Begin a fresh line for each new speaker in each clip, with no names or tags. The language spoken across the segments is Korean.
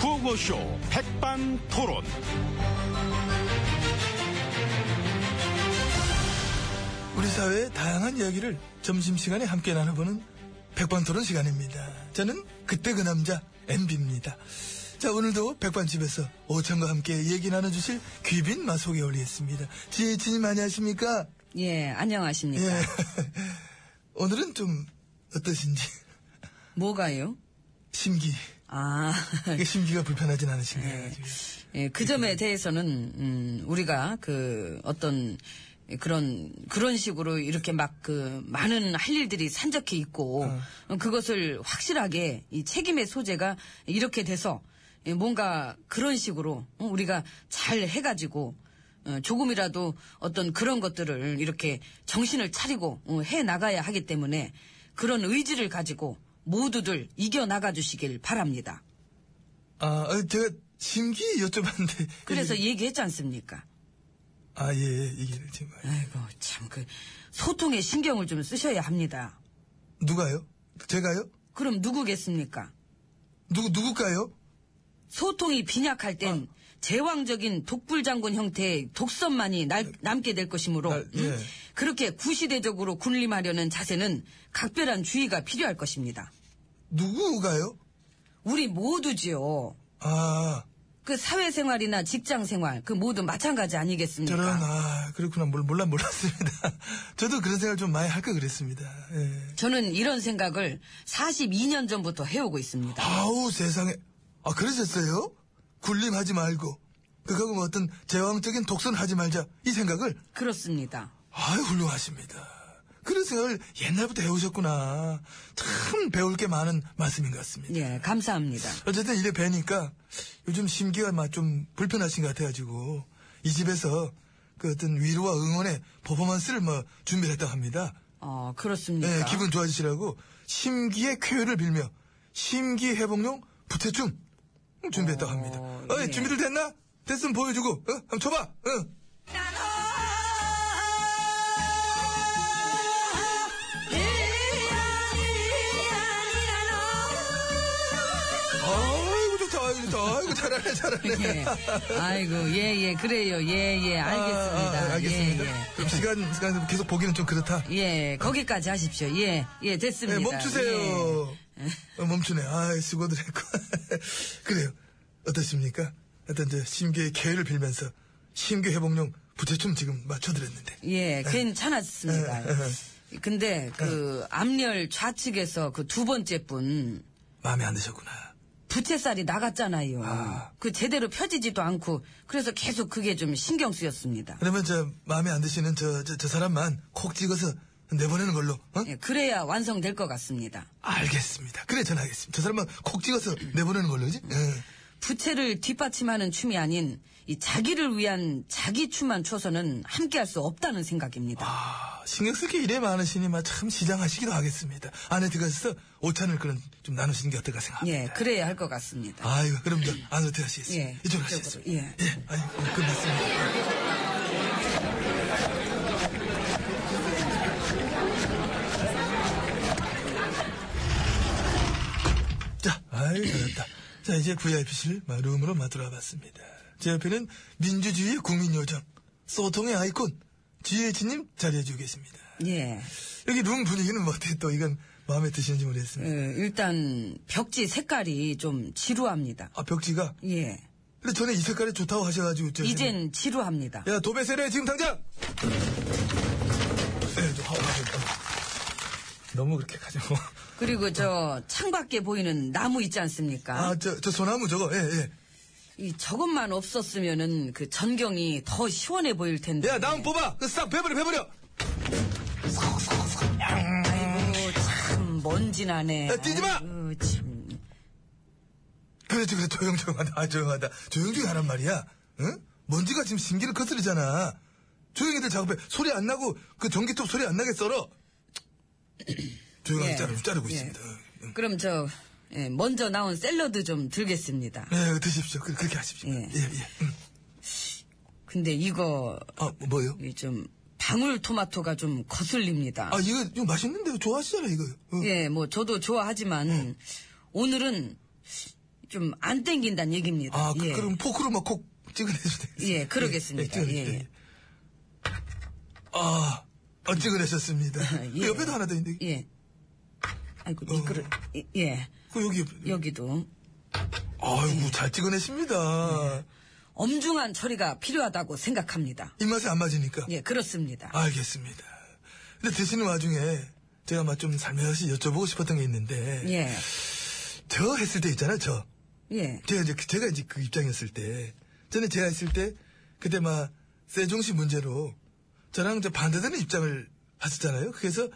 구호쇼 백반토론.
우리 사회의 다양한 이야기를 점심시간에 함께 나눠보는 백반토론 시간입니다. 저는 그때 그 남자 MB입니다. 자 오늘도 백반집에서 오천과 함께 얘기 나눠주실 귀빈 마소개 올리겠습니다. 지혜진님 안녕하십니까?
예, 안녕하십니까.
예. 오늘은 좀 어떠신지
뭐가요?
심기
아,
심기가 불편하진 않으신가요? 지금?
예, 그 점에 대해서는, 음, 우리가 그 어떤 그런, 그런 식으로 이렇게 막 그 많은 할 일들이 산적해 있고, 어, 그것을 확실하게 이 책임의 소재가 이렇게 돼서 예, 뭔가 그런 식으로 어, 우리가 잘 해가지고, 어, 조금이라도 어떤 그런 것들을 이렇게 정신을 차리고 어, 해 나가야 하기 때문에 그런 의지를 가지고 모두들 이겨 나가 주시길 바랍니다.
아 어, 제가 심기 여쭤봤는데
그래서
이게-
얘기했지 않습니까?
아 예, 예 이게 지금
아이고, 참, 그, 소통에 신경을 좀 쓰셔야 합니다.
누가요? 제가요?
그럼 누구겠습니까?
누구 누굴까요?
소통이 빈약할 땐
아.
제왕적인 독불장군 형태의 독선만이 날- 남게 될 것이므로
날- 예.
음, 그렇게 구시대적으로 군림하려는 자세는 각별한 주의가 필요할 것입니다.
누구가요?
우리 모두지요.
아
그 사회생활이나 직장생활 그 모두 마찬가지 아니겠습니까?
저런, 아, 그렇구나. 몰, 몰라, 몰랐습니다. 저도 그런 생각을 좀 많이 할까 그랬습니다. 예.
저는 이런 생각을 42년 전부터 해오고 있습니다.
아우, 세상에. 아, 그러셨어요? 굴림하지 말고. 그거고 뭐 어떤 제왕적인 독선하지 말자. 이 생각을.
그렇습니다.
아유, 훌륭하십니다. 그런 생각을 옛날부터 해오셨구나. 참 배울 게 많은 말씀인 것 같습니다.
예, 감사합니다.
어쨌든 이래 뵈니까 요즘 심기가 막 좀 불편하신 것 같아가지고 이 집에서 그 어떤 위로와 응원의 퍼포먼스를 뭐 준비를 했다고 합니다.
어, 그렇습니까?
네, 기분 좋아지시라고 심기의 쾌유를 빌며 심기 회복용 부채춤 준비했다고 합니다.
어,
어이,
예.
준비들 됐나? 됐으면 보여주고, 어? 한번 쳐봐, 어? 아이고, 좋다, 아이고, 좋다. 아이고, 잘하네,
예.
잘하네.
아이고, 예, 예, 그래요. 예, 예, 알겠습니다.
아, 아, 알겠습니다. 그럼 시간, 시간 계속 보기는 좀 그렇다.
예, 예. 예, 거기까지 하십시오. 예, 예,
네,
됐습니다. 예.
멈추세요. 어, 멈추네. 아, 수고들 했고. 그래요. 어떠십니까? 하여튼, 이제, 심기의 개를 빌면서, 심기 회복용 부채춤 지금 맞춰드렸는데.
예, 예, 괜찮았습니다.
예,
근데, 그, 앞열 좌측에서 그 두 번째 분,
마음에 안 드셨구나.
부채살이 나갔잖아요. 그 제대로 펴지지도 않고, 그래서 계속 그게 좀 신경 쓰였습니다.
그러면 저 마음에 안 드시는 저 저 저 사람만 콕 찍어서 내보내는 걸로. 어?
예, 그래야 완성될 것 같습니다.
알겠습니다. 그래 전화하겠습니다. 저 사람만 콕 찍어서 내보내는 걸로지. 예.
부채를 뒷받침하는 춤이 아닌 이 자기를 위한 자기 춤만 춰서는 함께할 수 없다는 생각입니다.
아, 신경 쓸 게 이래 많으시니 막 참 시장하시기도 하겠습니다. 안에 들어가셔서 오찬을 그런 좀 나누시는 게 어떨까 생각합니다.
예, 그래야 할 것 같습니다.
아이고 그럼 저 안으로 들어가시겠습니다.
예,
이쪽으로
이쪽으로,
가시겠습니다.
예.
아이고 끝났습니다. 자, 아이 잘했다. 자 이제 VIP실 룸으로 마 들어와봤습니다. 제 옆에는 민주주의 국민 요정 소통의 아이콘 지혜진님 자리해주고 계십니다.
예,
여기 룸 분위기는 뭐 어떻게 또 이건 마음에 드시는지
어,
모르겠습니다.
일단 벽지 색깔이 좀 지루합니다.
아 벽지가
예,
근데 전에 이 색깔이 좋다고 하셔가지고 저-
이젠 지루합니다.
야, 도배세례 지금 당장! 네, 저 화- 화- 좀- 너무 그렇게 가지 뭐.
그리고 저 창밖에 보이는 나무 있지 않습니까?
아, 저, 저 소나무 저거, 예, 예.
이 저것만 없었으면은 그 전경이 더 시원해 보일 텐데.
야, 나무 뽑아! 그싹 베버려, 베버려!
아이고 참 먼지 나네.
야, 뛰지 마!
아이고, 참.
그렇지, 그래, 조용조용하다. 아, 조용하다. 조용조용 하란 말이야. 응? 먼지가 지금 심기를 거스르잖아. 조용히들 작업해. 소리 안 나고, 그 전기톱 소리 안 나게 썰어. 조용하게
예.
자르고, 자르고
예.
있습니다.
그럼 저 예, 먼저 나온 샐러드 좀 들겠습니다.
예, 드십시오. 그, 그렇게 하십시오.
예.
예, 예. 음.
근데 이거
아, 뭐요?
이좀 방울 토마토가 좀 거슬립니다.
아, 이거, 이거 어. 맛있는데 좋아하시잖아, 이거. 요
예, 뭐 저도 좋아하지만 오늘은 좀 안 땡긴다는 얘기입니다.
아, 그-
예.
그럼 포크로 막콕 찍어내셔도 되겠어요.
예, 그러겠습니다.
예, 예,
예,
찍어내-
예.
아, 어, 찍어내셨습니다.
예.
그 옆에도 하나 더 있는데.
예. 아이고,
어.
미끄러, 이- 예.
그 여기, 옆에.
여기도.
아이고, 잘 찍어내십니다.
예. 엄중한 처리가 필요하다고 생각합니다.
입맛에 안 맞으니까.
예, 그렇습니다.
아, 알겠습니다. 근데 드시는 와중에 제가 막 좀 살며시 여쭤보고 싶었던 게 있는데.
예.
저 했을 때 있잖아요, 저.
예.
제가 이제, 그- 제가 이제 그 입장이었을 때. 저는 제가 했을 때, 그때 막, 세종시 문제로 저랑 저 반대되는 입장을 했었잖아요. 그래서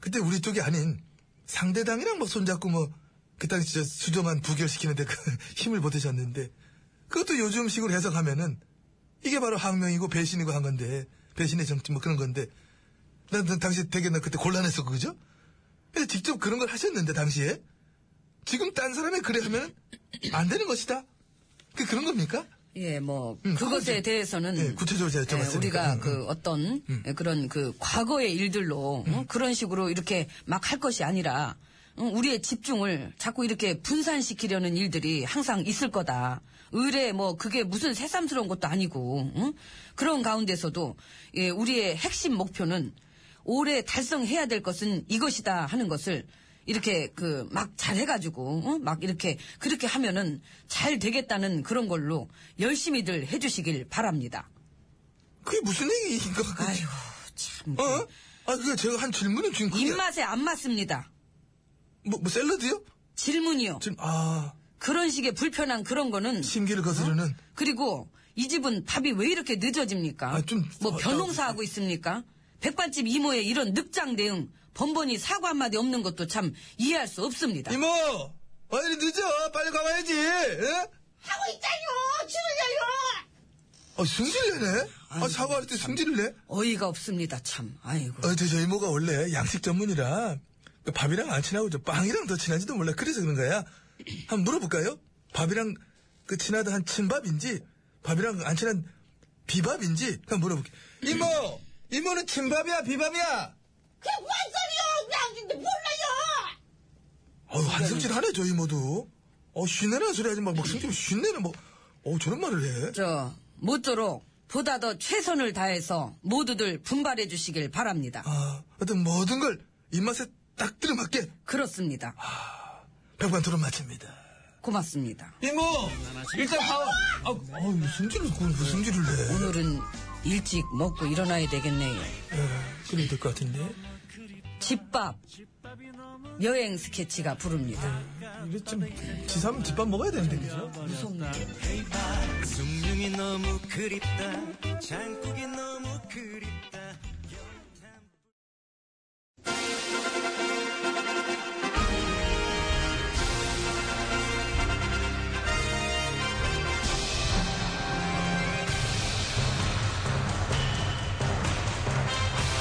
그때 우리 쪽이 아닌 상대당이랑 막 손잡고 뭐, 그 당시 저 수조만 부결시키는데 그 힘을 보태셨는데, 그것도 요즘 식으로 해석하면은, 이게 바로 항명이고 배신이고 한 건데, 배신의 정치 뭐 그런 건데, 난, 난 당시 되게 나 그때 곤란했었고, 그죠? 근데 직접 그런 걸 하셨는데, 당시에. 지금 딴 사람이 그래 하면 안 되는 것이다. 그 그런 겁니까?
예, 뭐,
음,
그것에
그거지.
대해서는.
예, 구체적으로 제가
예,
여쭤봤으니까.
우리가
음,
그 어떤 예, 그런 그 과거의 일들로 응? 그런 식으로 이렇게 막 할 것이 아니라 응, 우리의 집중을 자꾸 이렇게 분산시키려는 일들이 항상 있을 거다. 의뢰 뭐 그게 무슨 새삼스러운 것도 아니고 응? 그런 가운데서도 예, 우리의 핵심 목표는 올해 달성해야 될 것은 이것이다 하는 것을 이렇게 그 막 잘해가지고 응? 막 이렇게 그렇게 하면은 잘 되겠다는 그런 걸로 열심히들 해주시길 바랍니다.
그게 무슨 얘기인가? 그-
아이고 참
어? 아, 그 제가 한 질문은 지금 그게
입맛에 안 맞습니다.
뭐, 뭐 샐러드요?
질문이요.
지금 아
그런 식의 불편한 그런 거는
심기를 거스르는
어? 그리고 이 집은 밥이 왜 이렇게 늦어집니까?
아, 좀
뭐
더-
변홍사 하고 있습니까? 백반집 이모의 이런 늑장 대응 번번이 사과 한마디 없는 것도 참 이해할 수 없습니다.
이모, 아 이리 늦어, 빨리 가봐야지. 예?
하고 있잖요 치르자요
아 승질 내네. 아
아이고,
사과할 때
참.
승질을 내.
어이가 없습니다. 참 아이고
어, 저, 저 이모가 원래 양식 전문이라 그 밥이랑 안 친하고 저 빵이랑 더 친한지도 몰라. 그래서 그런 거야. 한번 물어볼까요? 밥이랑 그 친하다 한 친밥인지 밥이랑 안 친한 비밥인지 한번 물어볼게. 이모, 이모는 친밥이야, 비밥이야.
그게 뭔 소리요 나 근데 몰라요
어우 한승질 하네 저 이모도. 어 쉰내는 소리 하지 막막 승질 쉰내는 뭐. 어 저런 말을 해.
저 모쪼록 보다 더 최선을 다해서 모두들 분발해 주시길 바랍니다.
아 어떤 모든 걸 입맛에 딱 들어맞게
그렇습니다.
백반토론 마칩니다.
고맙습니다.
이모 일단 봐. 아, 어우 승질을 그걸 왜 승질을 내?
오늘은 일찍 먹고 일어나야 되겠네요.
예, 그래야 될 것 같은데.
집밥 여행 스케치가 부릅니다.
이거 좀 지삼 집밥 먹어야 되는데 그죠?
무섭네.
숭늉이 너무 그립다 장국이 너무 그립다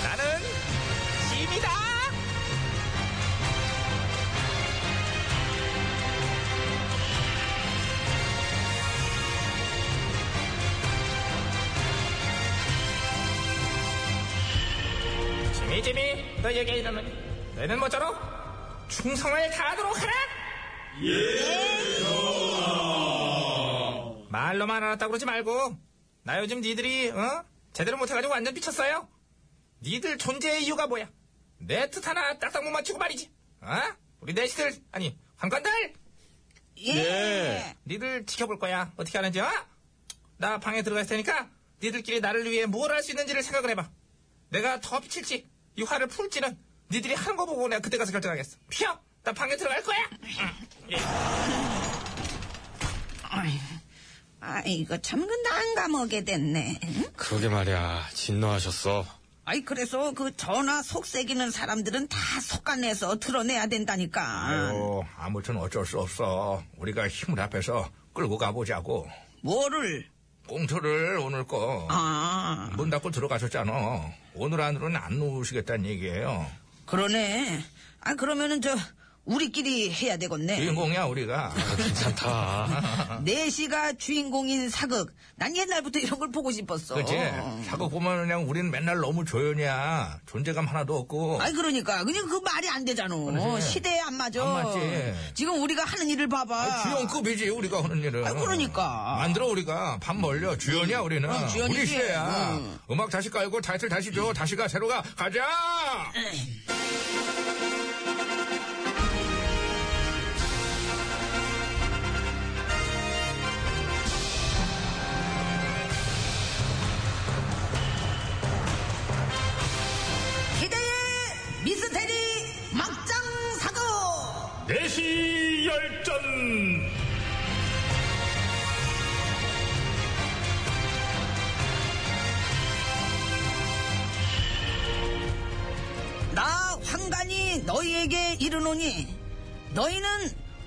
나는 짐이다.
지미 지미 너에게 이르는 너는 모쪼록 충성을 다하도록 하라. 예, 전하. 말로만 알았다 그러지 말고 나 요즘 니들이 어 제대로 못해가지고 완전 미쳤어요. 니들 존재의 이유가 뭐야? 내 뜻 하나 딱딱 못 맞추고 말이지. 어? 우리 내시들 아니 관관들
예.
니들 지켜볼 거야. 어떻게 하는지, 어? 나 방에 들어갈 테니까 니들끼리 나를 위해 뭘 할 수 있는지를 생각을 해봐. 내가 더 비칠지, 이 화를 풀지는 니들이 하는 거 보고 내가 그때 가서 결정하겠어. 피어! 나 방에 들어갈 거야!
아 이거 참 근데 안 감옥에 됐네. 응?
그러게 말이야. 진노하셨어.
아이 그래서 그 전화 속새기는 사람들은 다 속간내서 드러내야 된다니까.
네. 어, 아유, 아무튼 어쩔 수 없어. 우리가 힘을 합해서 끌고 가보자고.
뭐를?
공터를 오늘 거.
아
문 닫고 들어가셨잖아. 오늘 안으로는 안 놓으시겠다는 얘기예요.
그러네. 아 그러면은 저 우리끼리 해야 되겠네.
주인공이야 우리가.
괜찮다.
뭐.
내시가 주인공인 사극. 난 옛날부터 이런 걸 보고 싶었어.
그치? 사극 보면 그냥 우리는 맨날 너무 조연이야. 존재감 하나도 없고.
아니 그러니까 그냥 그 말이 안 되잖아. 시대에 안 맞아.
안 맞지.
지금 우리가 하는 일을 봐봐.
아니, 주연급이지 우리가 하는 일은.
아, 그러니까.
만들어 우리가 밥 벌려 주연이야 우리는.
응, 주연이지.
우리 시대야.
응.
음악 다시 깔고 타이틀 다시 줘. 다시 가 새로 가 가자.
기대의 미스테리 막장 사극.
내시 열전
나 황간이 너희에게 이르노니 너희는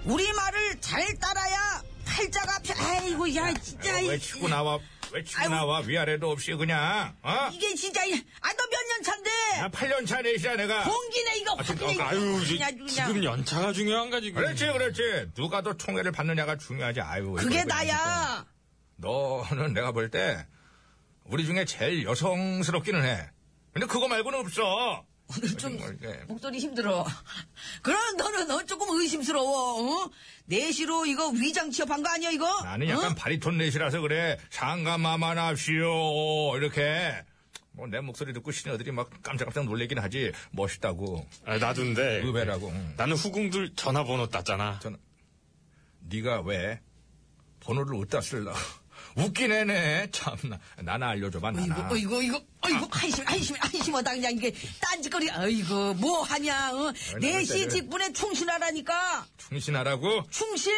우리 말을 잘 따라야 팔자가 펴. 아이고 야 진짜.
왜 치고 나와? 왜 치고
아이고.
나와? 위아래도 없이 그냥. 어?
이게 진짜 아너 몇 년 차인데
나 8년 차 내시야 내가.
공기네 이거
아, 지금,
확 그냥
아, 아유,
그냥
지-
그냥.
지금 연차가 중요한가 지금.
그렇지 그렇지. 누가 더 총애를 받느냐가 중요하지. 아유.
그게
이거 그러니까.
나야
너는 내가 볼 때 우리 중에 제일 여성스럽기는 해. 근데 그거 말고는 없어.
오늘 좀
정말, 예.
목소리 힘들어 그럼 너는 너 조금 의심스러워 어? 내시로 이거 위장 취업한 거 아니야 이거
나는 약간
어?
바리톤 넷이라서 그래. 상가마만 합시오. 이렇게. 뭐 내 목소리 듣고 시녀들이 막 깜짝깜짝 놀래긴 하지. 멋있다고.
아, 나도인데.
그
의외라고. 응.
나는 후궁들 전화번호 땄잖아.
전 네가 왜 번호를 어디다 쓸라. 웃긴 애네. 참나. 나나 알려줘봐 나나.
어, 이거 이거 이거 이거 한심 한심 한심하다 그냥 이게 딴짓거리 아이고 뭐 하냐 어? 내시
때를.
직분에 충실하라니까
충신하라고?
충실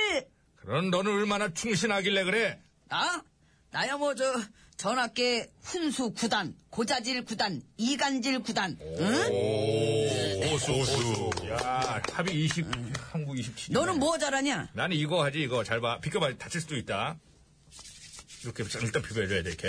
그런 너는 얼마나 충신하길래 그래.
나? 나야 뭐 저 전학계 훈수 구단, 고자질 구단, 이간질 구단. 응?
오수, 오수.
야 탑이 20 한국 27.
너는 뭐 잘하냐?
나는 이거 하지 이거 잘 봐. 비켜봐 다칠 수도 있다. 이렇게 일단 비벼줘야 돼 이렇게.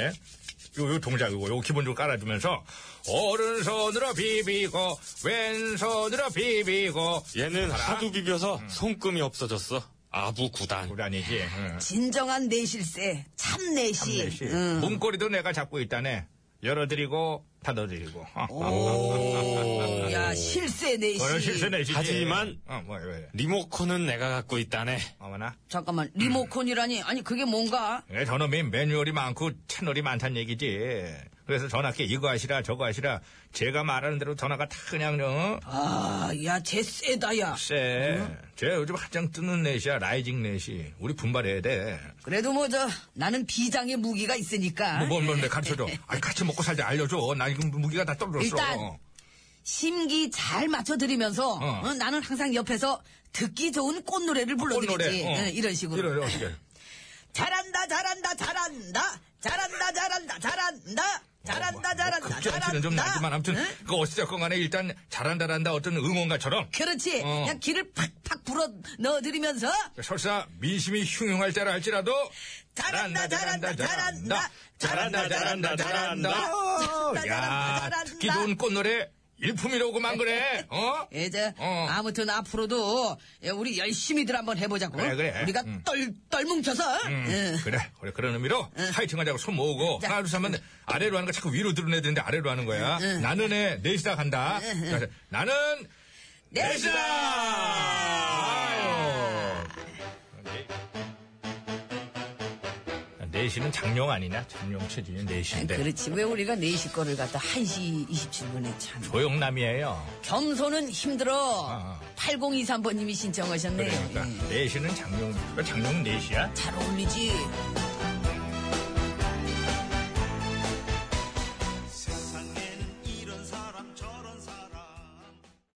요, 요 동작이고 요 기본적으로 깔아주면서 오른손으로 비비고 왼손으로 비비고
얘는 하도 비벼서 손금이 없어졌어. 아부 구단.
우란이지. 응.
진정한 내실세, 참
예,
내시.
씨.
음.
응.
문고리도 내가 잡고 있다네. 열어드리고 닫아드리고. 어, 어.
야 실세 내시.
그런 실수 내시지.
하지만
어, 뭐, 왜, 왜.
리모컨은 내가 갖고 있다네.
어머나.
잠깐만 리모컨이라니 아니 그게 뭔가?
예, 저놈이 매뉴얼이 많고 채널이 많단 얘기지. 그래서 전화께 이거 하시라 저거 하시라 제가 말하는 대로 전화가 다 그냥 어? 요
아야쟤 세다야.
쎄. 쟤 요즘 가장 뜨는 넷이야 라이징 넷이. 우리 분발해야 돼.
그래도 뭐 저 나는 비장의 무기가 있으니까
뭐 뭔데 가르쳐줘. 아니 같이 먹고 살자 알려줘. 나 지금 무기가 다 떨어졌어.
예. 일단. 심기 잘 맞춰드리면서
어.
어, 나는 항상 옆에서 듣기 좋은 꽃노래를 불러드리지.
어.
응, 이런 식으로.
이런 어떻게.
잘한다 잘한다 잘한다 잘한다 잘한다 잘한다 잘한다 잘한다
어, 뭐, 급전치는 좀 나지만 아무튼 그 어찌됐건 간에 일단 잘한다란다 어떤 응원가처럼
그렇지
어.
그냥 기를 팍팍 불어 넣어드리면서
설사 민심이 흉흉할 때라 할지라도
잘한다, 잘한다, 잘한다.
잘한다 잘한다 잘한다
잘한다,
야
잘한다.
듣기 좋은 꽃노래 일품이라고만 그래 어?
이제
어.
아무튼 앞으로도 예, 우리 열심히들 한번 해보자고
그래, 그래.
우리가
음.
떨떨 뭉쳐서 응.
그래, 그래 그런 의미로 파이팅 하자고 손 모으고
예. 자.
하나 둘 셋하면 아래로 하는 거 자꾸 위로 드러내야 되는데 아래로 하는 거야
예.
나는 애 넷이다 간다 자, 나는 넷이다 아유. 넷이는 장룡 아니냐 장룡 체질이
아니,
넷인데
그렇지 왜 우리가 4시 거를 갖다 1시 27분에 참
조용남이에요
겸손은 힘들어
아.
8023번님이 신청하셨네요
그러니까
예.
넷이는 장룡 장룡 넷이야
잘 어울리지